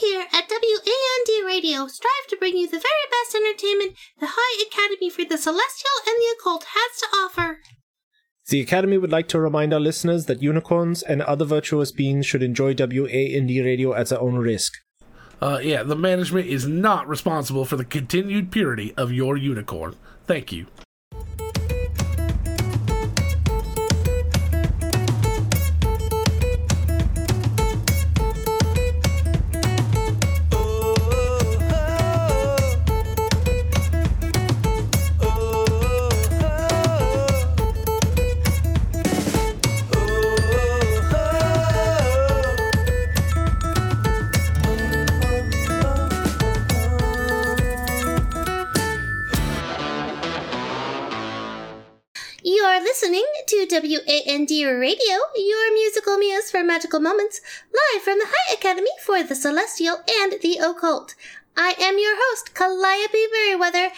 here at WAND Radio strive to bring you the very best entertainment the High Academy for the Celestial and the Occult has to offer. The Academy would like to remind our listeners that unicorns and other virtuous beings should enjoy WAND Radio at their own risk. Uh, yeah, the management is not responsible for the continued purity of your unicorn. Thank you. You're listening to WAND Radio, your musical muse for magical moments, live from the High Academy for the Celestial and the Occult. I am your host, Calliope Merriweather, and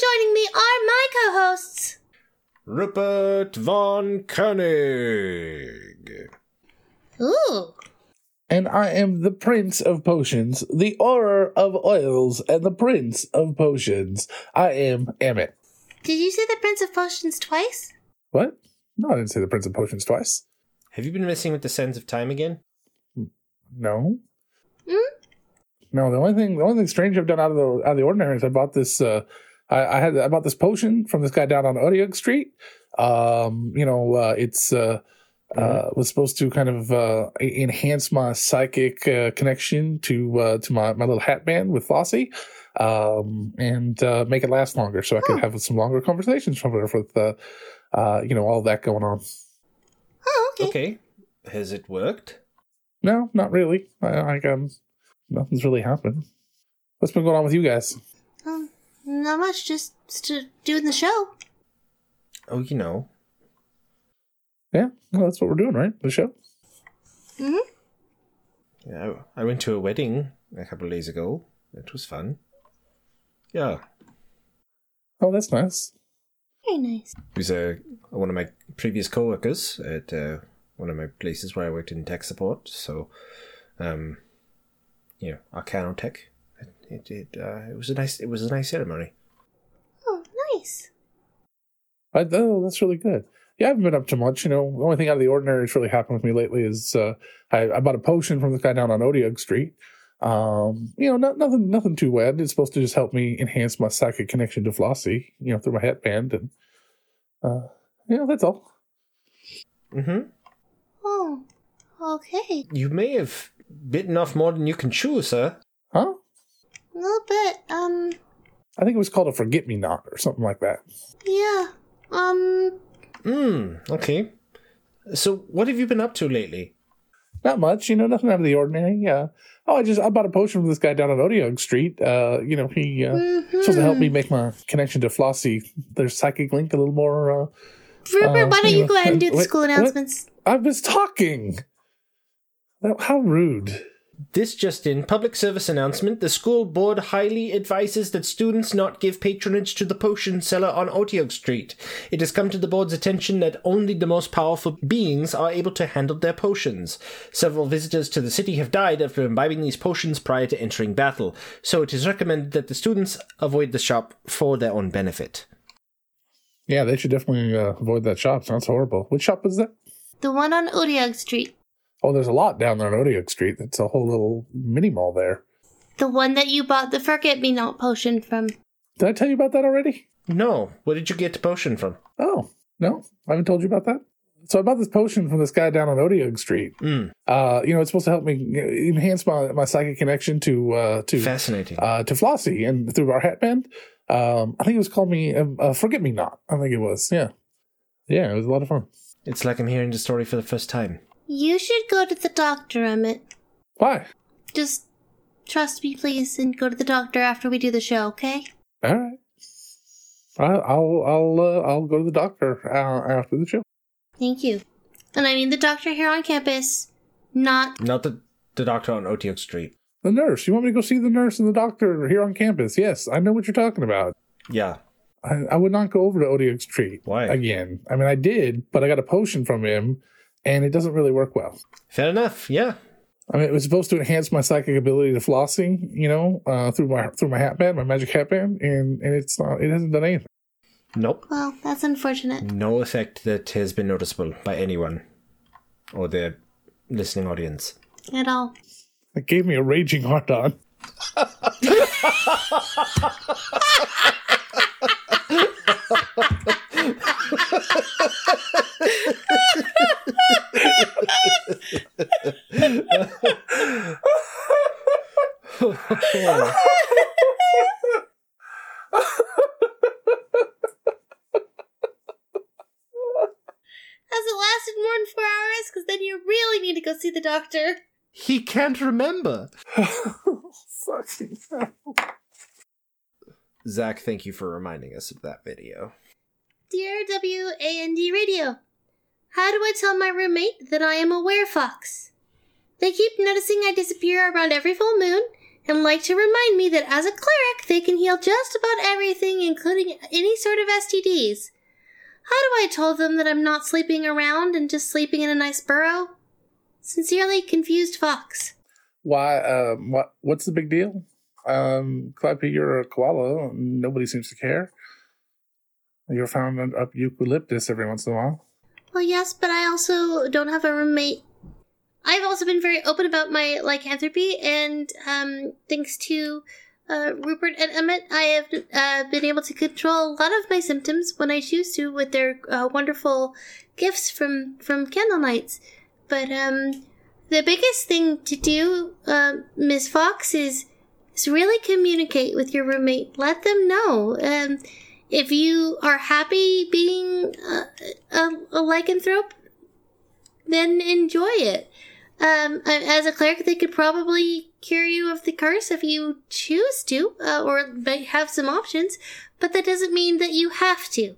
joining me are my co-hosts. Rupert von Koenig. Ooh, and I am the Prince of Potions, the Auror of Oils, and the Prince of Potions. I am Amit. did you say the Prince of Potions twice? What? No, I didn't say the Prince of Potions twice. Have you been messing with the sands of time again? No. Hmm? No, the only thing the only thing strange I've done out of the out of the ordinary is I bought this uh I, I had I bought this potion from this guy down on Odiug Street. Um, you know, uh it's uh uh, was supposed to kind of uh, e- enhance my psychic uh, connection to uh, to my, my little hat band with Flossie, um, and uh, make it last longer, so I could have some longer conversations from her with uh, uh, you know all that going on. Oh, okay. Okay. Has it worked? No, not really. I, I um, nothing's really happened. What's been going on with you guys? Um, not much, just st- doing the show. Oh, you know. Yeah, well, that's what we're doing, right? The show. Yeah, I I went to a wedding a couple of days ago. It was fun. Yeah. Oh, that's nice. Very nice. He's a one of my previous coworkers at uh, one of my places where I worked in tech support. So, um, you know, Arcano Tech. It it, it, uh, it was a nice it was a nice ceremony. Oh, nice. I, oh, that's really good. Yeah, I haven't been up to much. You know, the only thing out of the ordinary that's really happened with me lately is uh, I, I bought a potion from this guy down on Odiug Street. Um, you know, not, nothing, nothing too bad. It's supposed to just help me enhance my psychic connection to Flossie. You know, through my headband, and uh, you know, that's all. Mm-hmm. Oh, okay. You may have bitten off more than you can chew, sir. Huh? A little bit, um, I think it was called a forget me not or something like that. yeah. Um, Mm, okay. So, what have you been up to lately? not much, you know, nothing out of the ordinary. Yeah. Oh, I just I bought a potion from this guy down on Odiog Street. Uh, you know, he uh, supposed to help me make my connection to Flossie, their psychic link, a little more. Uh, Rupert, Uh, why don't you anyway, go ahead and do the what- school what- announcements? I was talking. That- How rude! This just in public service announcement the school board highly advises that students not give patronage to the potion seller on Otiog Street. It has come to the board's attention that only the most powerful beings are able to handle their potions. Several visitors to the city have died after imbibing these potions prior to entering battle, so it is recommended that the students avoid the shop for their own benefit. Yeah, they should definitely uh, avoid that shop. Sounds horrible. Which shop is that? The one on Odiog Street. Oh, there's a lot down there on Odiog Street. That's a whole little mini mall there. The one that you bought the forget me not potion from. Did I tell you about that already? No, where did you get the potion from? Oh no, I haven't told you about that. So I bought this potion from this guy down on Odiog Street. Mm, uh, you know, it's supposed to help me enhance my, my psychic connection to uh, to fascinating. uh, to Flossie and through our hat band. Um, I think it was called me uh, uh, Forget Me Not. I think it was. Yeah, yeah, it was a lot of fun. It's like I'm hearing the story for the first time. You should go to the doctor, Emmett. Why? Just trust me, please, and go to the doctor after we do the show, okay? All right, I, I'll I'll uh, I'll go to the doctor uh, after the show. Thank you. And I mean the doctor here on campus, not. Not the, the doctor on Otiok Street. The nurse. You want me to go see the nurse and the doctor here on campus? Yes, I know what you're talking about. Yeah. I, I would not go over to Odeon Street Why? again. I mean, I did, but I got a potion from him, and it doesn't really work well. Fair enough. Yeah. I mean, it was supposed to enhance my psychic ability to flossing, you know, uh, through my through my hat band, my magic hat band, and and it's not, it hasn't done anything. Nope. Well, that's unfortunate. No effect that has been noticeable by anyone or the listening audience. At all. It gave me a raging hard on. Has it lasted more than four hours? Because then you really need to go see the doctor. He can't remember. Fucking hell. Zach, thank you for reminding us of that video. Dear WAND Radio, how do I tell my roommate that I am a werefox? They keep noticing I disappear around every full moon and like to remind me that as a cleric they can heal just about everything, including any sort of STDs. How do I tell them that I'm not sleeping around and just sleeping in a nice burrow? Sincerely, Confused Fox. Why? Um, what? What's the big deal? Um, Clappy, you're a koala. Nobody seems to care. You're found up eucalyptus every once in a while. Well, yes, but I also don't have a roommate. I've also been very open about my lycanthropy, and um, thanks to uh, Rupert and Emmett, I have uh, been able to control a lot of my symptoms when I choose to with their uh, wonderful gifts from from candle nights. But um, the biggest thing to do, uh, Miss Fox, is is really communicate with your roommate. Let them know. Um, if you are happy being uh, a, a, um, a lycanthrope, then enjoy it. Um, a- as a cleric, they could probably cure you of the curse if you choose to, uh, or they have some options, but that doesn't mean that you have to.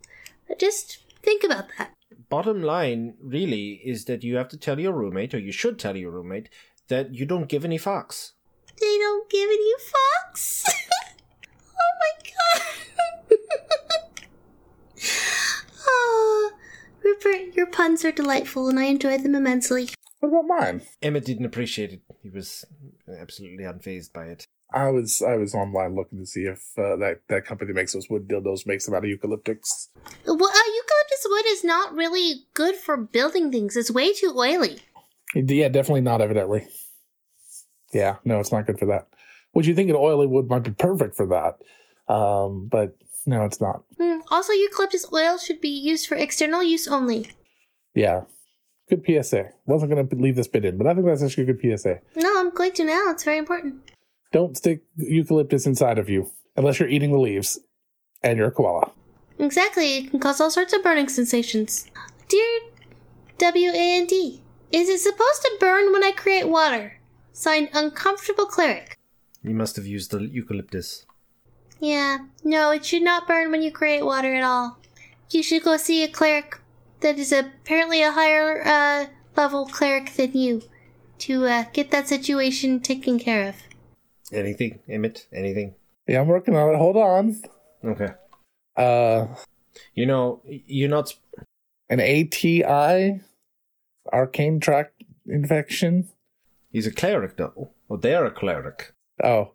Just think about that. Bottom line, really, is that you have to tell your roommate, or you should tell your roommate, that you don't give any fucks. They don't give any fucks. oh my god. oh, Rupert, your puns are delightful and I enjoy them immensely. What about mine? Emmett didn't appreciate it. He was absolutely unfazed by it. I was I was online looking to see if uh, that that company that makes those wood dildos makes them out of eucalyptus. Well, uh, eucalyptus wood is not really good for building things. It's way too oily. Yeah, definitely not. Evidently, yeah, no, it's not good for that. Would you think an oily wood might be perfect for that? Um, but no, it's not. Hmm. Also, eucalyptus oil should be used for external use only. Yeah, good PSA. Wasn't going to leave this bit in, but I think that's actually a good PSA. No, I'm going to now. It's very important. Don't stick eucalyptus inside of you unless you're eating the leaves and you're a koala. Exactly, it can cause all sorts of burning sensations. Dear WAND, is it supposed to burn when I create water? Signed, Uncomfortable Cleric. You must have used the eucalyptus. Yeah, no, it should not burn when you create water at all. You should go see a cleric that is apparently a higher uh, level cleric than you to uh, get that situation taken care of. Anything, Emmett? Anything? Yeah, I'm working on it. Hold on. Okay. Uh, You know, you're not. sp- an ATI, arcane tract infection. He's a cleric, though. Or they're a cleric. Oh,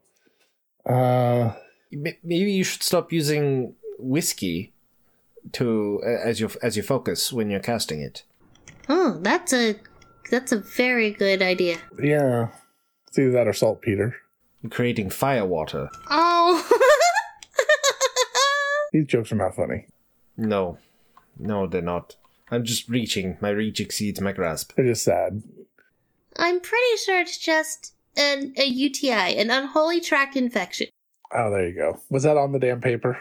uh, M- Maybe you should stop using whiskey to as your as your focus when you're casting it. Oh, that's a that's a very good idea. yeah. It's either that or saltpeter. You're creating fire water. Oh. These jokes are not funny. No, no, they're not. I'm just reaching. My reach exceeds my grasp. They're just sad. I'm pretty sure it's just an a UTI, an unholy tract infection. Oh, there you go. Was that on the damn paper?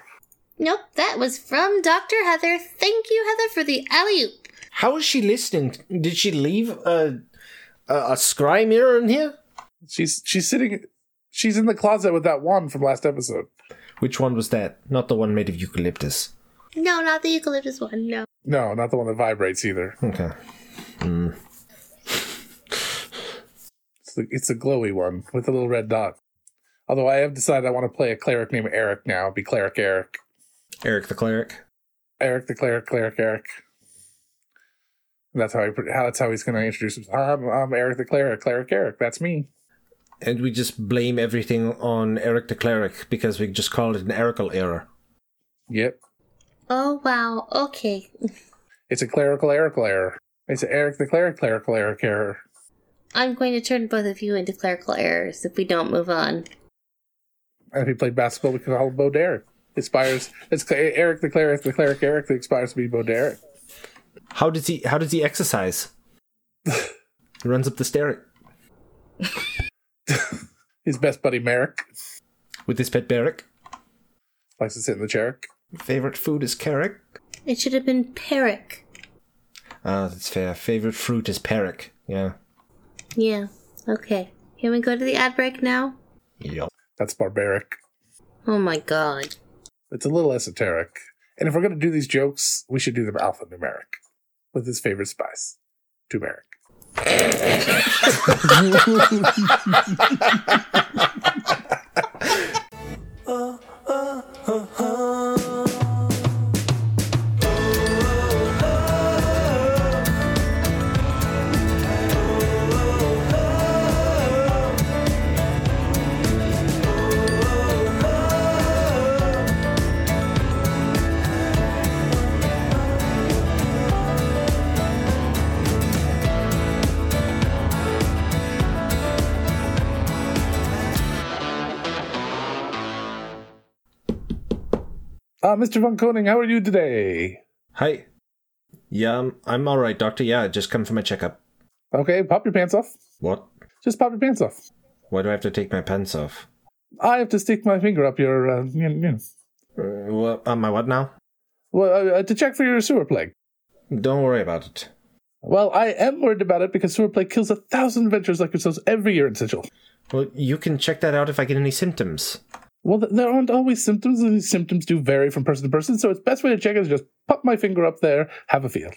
Nope, that was from Dr. Heather. Thank you, Heather, for the alley oop. How is she listening? Did she leave a a, a scry mirror in here? She's she's sitting. She's in the closet with that wand from last episode. Which one was that? Not the one made of eucalyptus. No, not the eucalyptus one, no. No, not the one that vibrates either. Okay. Hmm. It's the, it's the glowy one with a little red dot. Although I have decided I want to play a cleric named Eric now. Be cleric Eric. Eric the cleric. Eric the cleric, cleric Eric. That's how he. pr- How that's how he's going to introduce himself. I'm, I'm Eric the cleric. Cleric Eric. That's me. And we just blame everything on Eric the Cleric because we just called it an clerical error. Yep. Oh, wow. Okay. It's a clerical Eric error. It's a Eric the cleric. Cleric Eric error. I'm going to turn both of you into clerical errors if we don't move on. And if he played basketball, we could call him Bo Derek. Inspires. It's Cl- Eric the cleric. The cleric Eric. That inspires to be Bo Derek. How does he? How does he exercise? he runs up the stair His best buddy Merrick with his pet Beric. likes to sit in the chair. Favorite food is carrot. It should have been Peric. Ah, that's fair. Favorite fruit is peric. Yeah. Yeah. Okay. Can we go to the ad break now? Yup. That's barbaric. Oh my god. It's a little esoteric. And if we're going to do these jokes, we should do them alphanumeric with his favorite spice, turmeric. Uh, Mr. Von Koning, how are you today? Hi. Yeah, I'm, I'm all right, doctor. Yeah, I just come for my checkup. Okay, pop your pants off. What? Just pop your pants off. Why do I have to take my pants off? I have to stick my finger up your, uh, you know, you know. Uh, well, uh, my what now? well, uh, to check for your sewer plague. Don't worry about it. Well, I am worried about it because sewer plague kills a thousand adventurers like yourselves every year in Sigil. Well, you can check that out if I get any symptoms. Well, th- there aren't always symptoms, and these symptoms do vary from person to person, so its best way to check is just pop my finger up there, have a feel.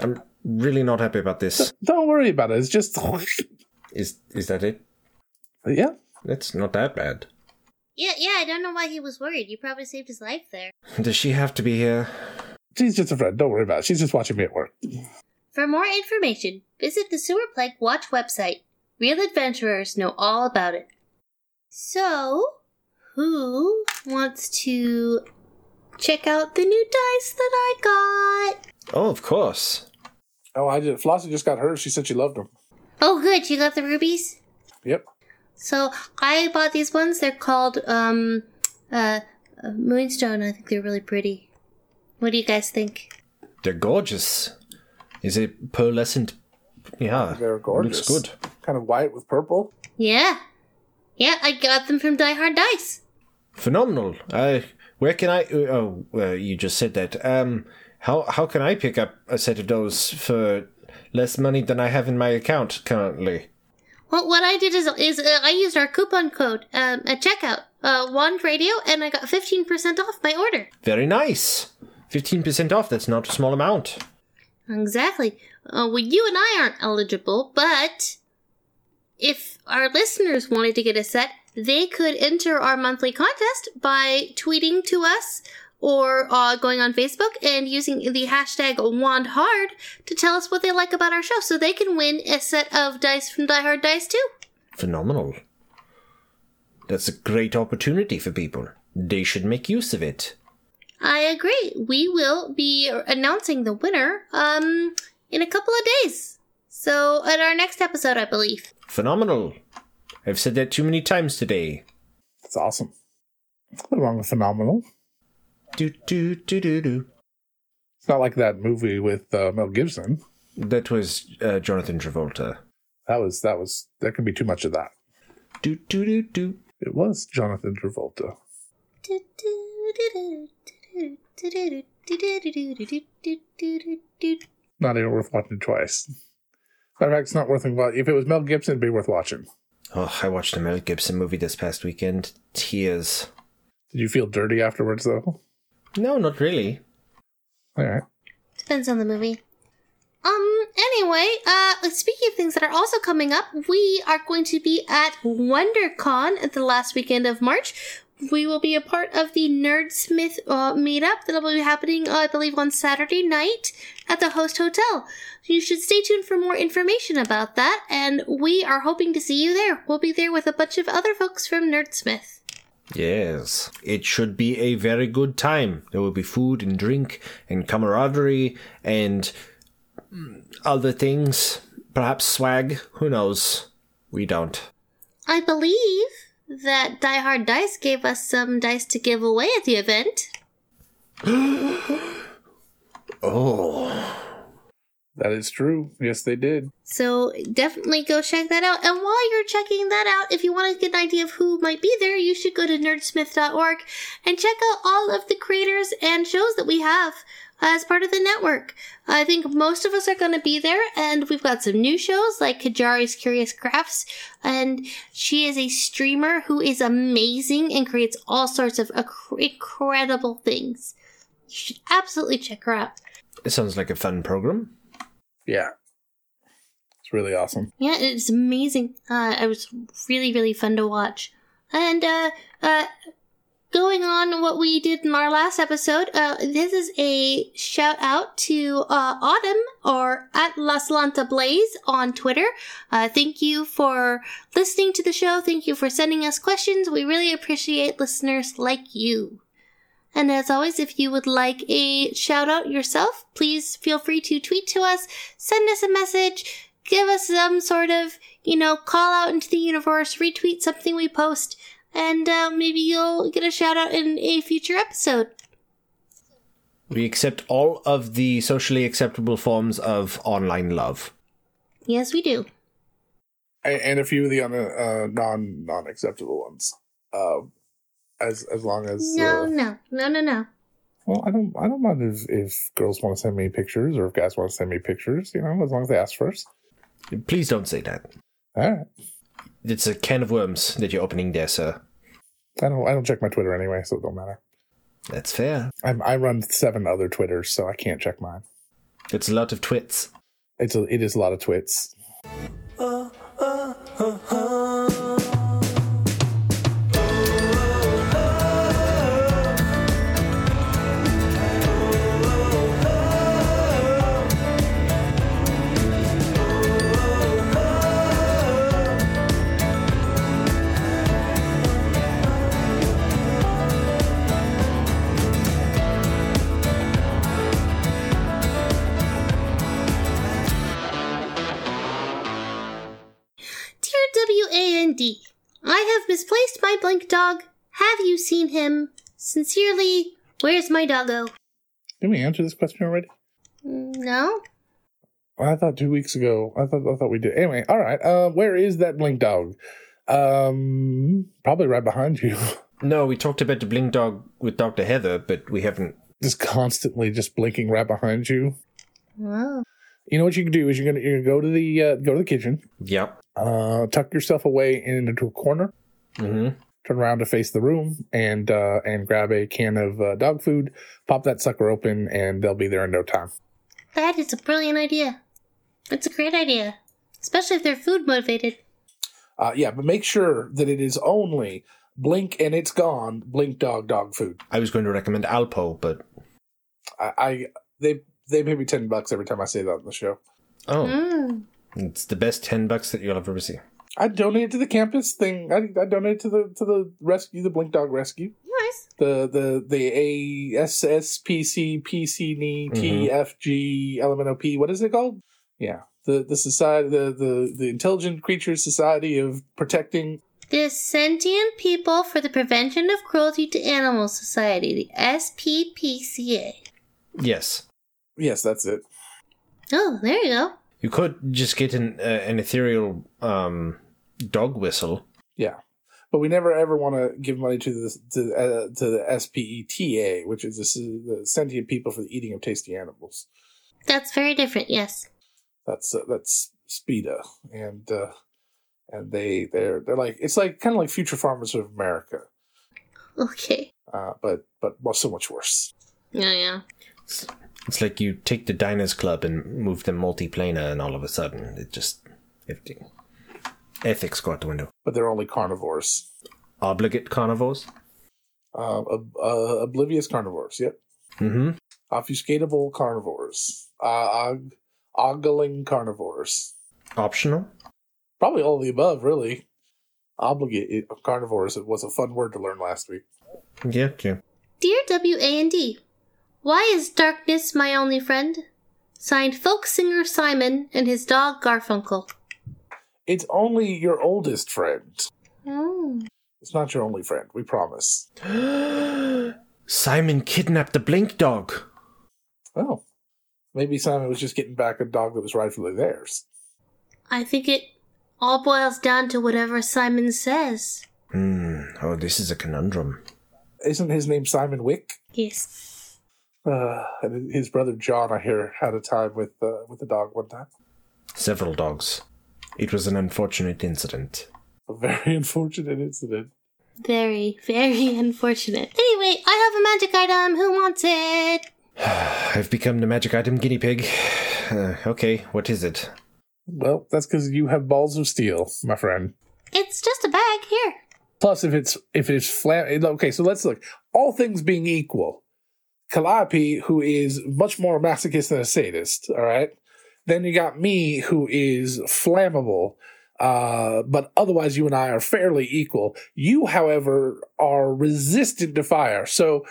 I'm really not happy about this. Don't worry about it, it's just, Is is that it? yeah. That's not that bad. Yeah, yeah, I don't know why he was worried. You probably saved his life there. Does she have to be here? She's just a friend. Don't worry about it. She's just watching me at work. For more information, visit the Sewer Plague Watch website. Real adventurers know all about it. So, who wants to check out the new dice that I got? Oh, of course. Oh, I just Flossie just got hers. She said she loved them. Oh, good, you got the rubies? Yep. So, I bought these ones. They're called, um, uh, uh, Moonstone. I think they're really pretty. What do you guys think? They're gorgeous. Is it pearlescent? Yeah. They're gorgeous. Looks good. Kind of white with purple. Yeah. Yeah, I got them from Die Hard Dice. Phenomenal. I where can I? Oh, well, you just said that. Um, how how can I pick up a set of those for less money than I have in my account currently? Well, what I did is, is uh, I used our coupon code um, at checkout, uh, Wand Radio, and I got 15% off my order. Very nice. Fifteen percent off. That's not a small amount. Exactly. Uh, well, you and I aren't eligible, but if our listeners wanted to get a set, they could enter our monthly contest by tweeting to us or uh, going on Facebook and using the hashtag WandHard to tell us what they like about our show so they can win a set of dice from Die Hard Dice too. Phenomenal. That's a great opportunity for people. They should make use of it. I agree. We will be announcing the winner um in a couple of days. So at our next episode, I believe. Phenomenal. I've said that too many times today. That's awesome. Nothing wrong with phenomenal. Do do do do do. It's not like that movie with uh, Mel Gibson. That was uh, Jonathan Travolta. That was that was there can be too much of that. Do do do do. It was Jonathan Travolta. Not even worth watching twice. Matter of fact, it's not worth watching. If it was Mel Gibson, it'd be worth watching. Oh, I watched a Mel Gibson movie this past weekend. Tears. Did you feel dirty afterwards, though? No, not really. All right. Depends on the movie. Um, anyway, uh, speaking of things that are also coming up, we are going to be at WonderCon at the last weekend of March. we will be a part of the Nerdsmith uh, meetup that will be happening, uh, I believe, on Saturday night at the host hotel. You should stay tuned for more information about that, and we are hoping to see you there. We'll be there with a bunch of other folks from Nerdsmith. Yes, it should be a very good time. There will be food and drink and camaraderie and mm, other things. Perhaps swag. Who knows? We don't. I believe that Die Hard Dice gave us some dice to give away at the event. Oh, That is true. Yes, they did. So definitely go check that out. And while you're checking that out, if you want to get an idea of who might be there, you should go to nerdsmith.org and check out all of the creators and shows that we have as part of the network. I think most of us are going to be there, and we've got some new shows like Kajari's Curious Crafts, and she is a streamer who is amazing and creates all sorts of ac- incredible things. You should absolutely check her out. it sounds like a fun program. Yeah. It's really awesome. Yeah, it's amazing. Uh, it was really, really fun to watch. And uh, uh, going on what we did in our last episode, uh, this is a shout out to uh, Autumn or at Laslanta Blaze on Twitter. Uh, thank you for listening to the show. Thank you for sending us questions. We really appreciate listeners like you. And as always, if you would like a shout out yourself, please feel free to tweet to us, send us a message, give us some sort of, you know, call out into the universe, retweet something we post, and uh, maybe you'll get a shout out in a future episode. We accept all of the socially acceptable forms of online love. Yes, we do. And, and a few of the un- uh, non non acceptable ones. Uh, as as long as No, uh, no, no, no, no. well, I don't I don't mind if, if girls want to send me pictures or if guys want to send me pictures. You know, as long as they ask first. Please don't say that. All right. It's a can of worms that you're opening there, sir. I don't I don't check my Twitter anyway, so it don't matter. That's fair. I'm, I run seven other Twitters, so I can't check mine. It's a lot of twits. It's a, it is a lot of twits. Dear WAND, I have misplaced my blank dog. Have you seen him? Sincerely, where's my doggo? Did we answer this question already? Mm, No? I thought two weeks ago. I thought I thought we did. Anyway, all right. Uh, where is that blink dog? Um, probably right behind you. No, we talked about the bling dog with Dr. Heather, but we haven't. just constantly just blinking right behind you. Oh. You know what you can do is you're gonna you're gonna go to the uh, go to the kitchen, Yep. uh, tuck yourself away in- into a corner, hmm turn around to face the room, and uh, and grab a can of uh, dog food, pop that sucker open, and they'll be there in no time. That is a brilliant idea. It's a great idea, especially if they're food motivated. Uh, yeah, but make sure that it is only blink and it's gone. Blink dog dog food. I was going to recommend Alpo, but. I, I they they pay me ten bucks every time I say that on the show. Oh, Mm. it's the best 10 bucks that you'll ever see. I donated to the campus thing. I, I donated to the to the rescue, the Blink Dog Rescue, Nice. the the the A S S P C P C N E T F G L M N O P. What is it called? Yeah, the the society, the the the Intelligent Creatures Society of Protecting. The Sentient People for the Prevention of Cruelty to Animals Society, the SPPCA. Yes. Yes, that's it. Oh, there you go. You could just get an, uh, an ethereal um, dog whistle. Yeah, but we never ever want to give money to the to uh, to the S P E T A, which is the, the Sentient People for the Eating of Tasty Animals. That's very different, yes. that's uh, that's Speeda, and uh, and they they're they're like it's like kind of like Future Farmers of America, Okay. uh, but but well, so much worse. Yeah, yeah. It's like you take the Diners Club and move them multiplanar, and all of a sudden it just. everything. Ethics go out the window. But they're only carnivores. Obligate carnivores? uh, ob- uh, oblivious carnivores. Yep. Mm-hmm. Obfuscatable carnivores. Uh, og- ogling carnivores. Optional. Probably all of the above, really. Obligate carnivores. It was a fun word to learn last week. Yeah, yeah. Dear W.A.N.D., why is darkness my only friend? Signed folk singer Simon and his dog Garfunkel. It's only your oldest friend. Oh. It's not your only friend. We promise. Simon kidnapped the blink dog. Oh, maybe Simon was just getting back a dog that was rightfully theirs. I think it all boils down to whatever Simon says. Hmm. Oh, this is a conundrum. Isn't his name Simon Wick? Yes. Uh, and his brother John, I hear, had a time with uh, with a dog one time. Several dogs. It was an unfortunate incident. A very unfortunate incident. Very, very unfortunate. Anyway, I have a magic item. Who wants it? I've become the magic item guinea pig. Uh, okay, what is it? Well, that's because you have balls of steel, my friend. It's just a bag. Here. Plus, if it's if it's flam, okay. So let's look. All things being equal, Calliope, who is much more masochist than a sadist, all right. Then you got me, who is flammable, uh, but otherwise you and I are fairly equal. You, however, are resistant to fire. So,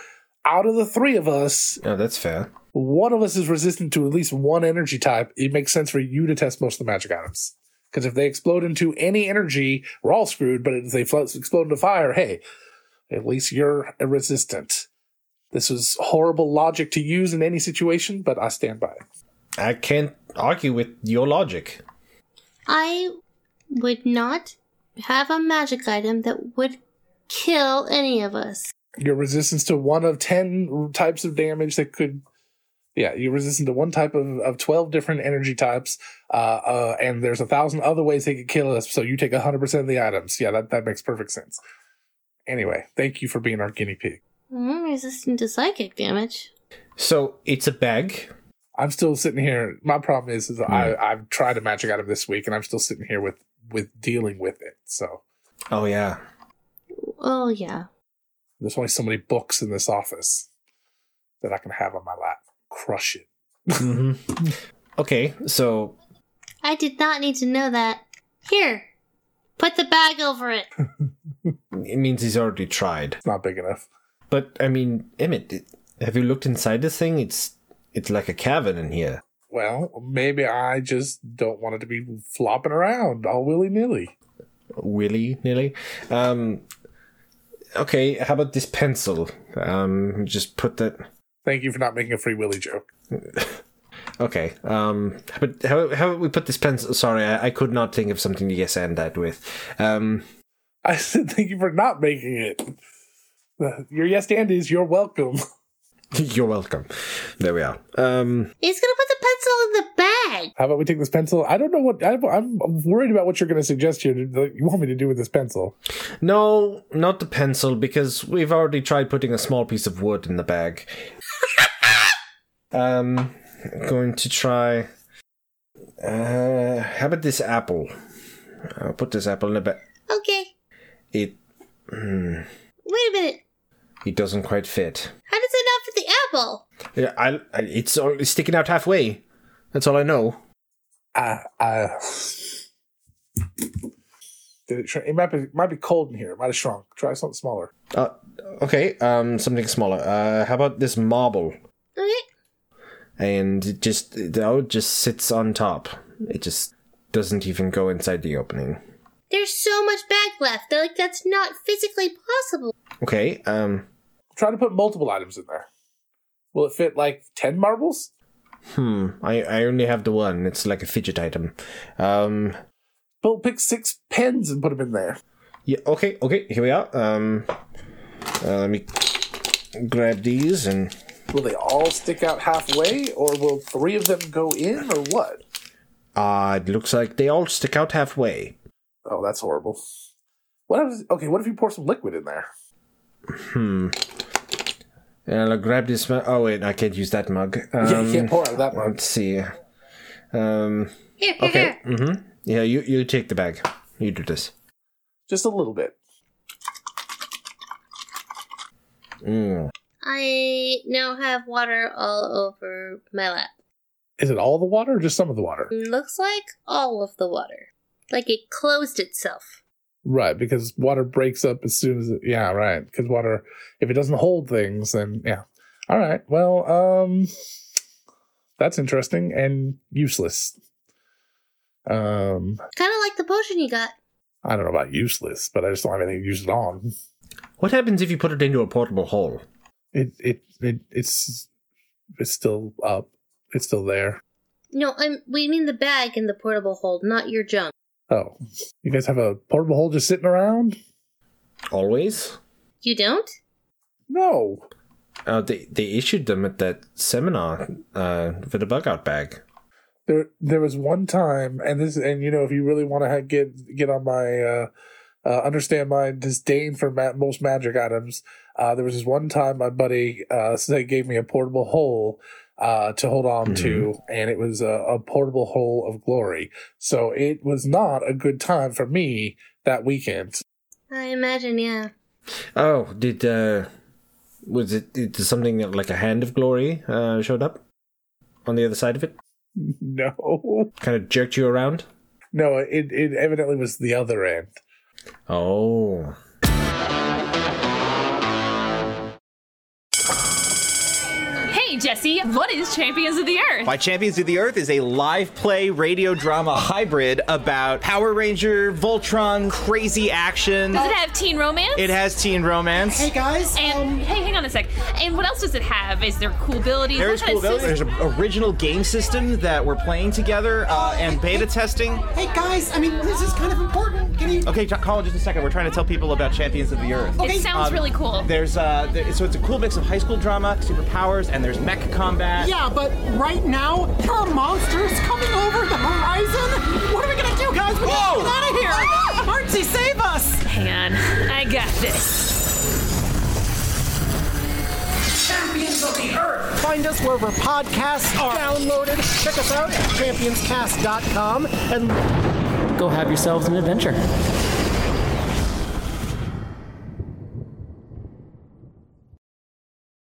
out of the three of us, Oh, that's fair. one of us is resistant to at least one energy type, it makes sense for you to test most of the magic items. Because if they explode into any energy, we're all screwed. But if they flo- explode into fire, hey, at least you're resistant. This was horrible logic to use in any situation, but I stand by it. I can't argue with your logic. I would not have a magic item that would kill any of us. Your resistance to one of 10 types of damage that could. Yeah, you're resistant to one type of, of 12 different energy types, uh, uh, and there's a thousand other ways they could kill us, so you take 100% of the items. Yeah, that, that makes perfect sense. Anyway, thank you for being our guinea pig. I'm Mm, resistant to psychic damage. So it's a bag. I'm still sitting here. My problem is, is I, I've tried a magic item this week, and I'm still sitting here with, with dealing with it, so Oh yeah. Oh, yeah. there's only so many books in this office that I can have on my lap. Crush it. hmm Okay, so I did not need to know that. Here. Put the bag over it. it means he's already tried. It's not big enough. But I mean, Emmett, it- have you looked inside this thing? It's it's like a cavern in here. Well, maybe I just don't want it to be flopping around all willy nilly. Willy nilly. Um, okay, how about this pencil? Um, just put that. Thank you for not making a free willy joke. Okay. Um, but how how about we put this pencil? Sorry, I, I could not think of something to yes and that with. Um, I said thank you for not making it. Your yes and is you're welcome. you're welcome. There we are. Um, He's gonna put the pencil in the bag. How about we take this pencil? I don't know what I, I'm worried about. What you're going to suggest here? Like, you want me to do with this pencil? no, not the pencil because we've already tried putting a small piece of wood in the bag. um, going to try. Uh, how about this apple? I'll put this apple in the bag. Okay. It. hmm, Wait a minute. it doesn't quite fit. How does it not fit the apple? Yeah, I, I, it's only sticking out halfway. That's all I know. I, I did it. shrink? It might be it might be cold in here. It might have shrunk. Try something smaller. Uh, okay, um, something smaller. Uh, how about this marble? Okay. And it just, it oh, it just sits on top. It just doesn't even go inside the opening. There's so much bag left. They're like, that's not physically possible. Okay, um, Try to put multiple items in there. Will it fit like ten marbles? hmm, I, I only have the one. It's like a fidget item. Um, Bill pick six pens and put them in there. yeah, okay, okay, here we are. Um, uh, let me grab these and, Will they all stick out halfway, or will three of them go in, or what? ah, it looks like they all stick out halfway. Oh, that's horrible. What if, okay, what if you pour some liquid in there? Hmm. And I'll grab this mug. Oh, wait, I can't use that mug. Um, yeah, you can't pour out of that one. Let's see. Um, Here, here, okay. here. Mm-hmm. Yeah, you, you take the bag. You do this. Just a little bit. Mm. I now have water all over my lap. Is it all the water or just some of the water? Looks like all of the water. Like it closed itself. Right, because water breaks up as soon as it, yeah, right. Because water, if it doesn't hold things, then yeah. All right. Well, um, that's interesting and useless. Um, Kind of like the potion you got. I don't know about useless, but I just don't have anything to use it on. What happens if you put it into a portable hole? It, it, it, it's, it's still up. It's still there. No, I'm, we mean the bag in the portable hold, not your junk. Oh, you guys have a portable hole just sitting around? Always? You don't? No. Uh, they they issued them at that seminar uh, for the bug out bag. there there was one time and this and you know if you really want to ha- get get on my uh, uh understand my disdain for ma- most magic items uh there was this one time my buddy uh said- gave me a portable hole uh to hold on to and it was a, a portable hole of glory so it was not a good time for me that weekend I imagine, yeah. Oh, did uh, was it, it something that, like a hand of glory uh, showed up on the other side of it? no Kind of jerked you around. no it it evidently was the other end Oh, Hey, Jesse, what is Champions of the Earth? Why Champions of the Earth is a live play radio drama hybrid about Power Ranger, Voltron, crazy action. Does it have teen romance? It has teen romance. guys. um, And hey, hang on a sec. And what else does it have? Is there cool abilities? There's What kind cool of abilities. sus- There's an original game system that we're playing together uh, and beta testing. Hey guys, I mean this is kind of important. Can you? Okay, t- Colin, just a second. We're trying to tell people about Champions of the Earth. It sounds Um, really cool. There's uh, th- so it's a cool mix of high school drama, superpowers, and there's mech combat. Yeah, but right now there are monsters coming over the horizon. What are we gonna do, guys? We gotta Whoa! get out of here. Artsy, save us! Hang on, I got this. Find us wherever podcasts are downloaded. Check us out at championscast.com and go have yourselves an adventure.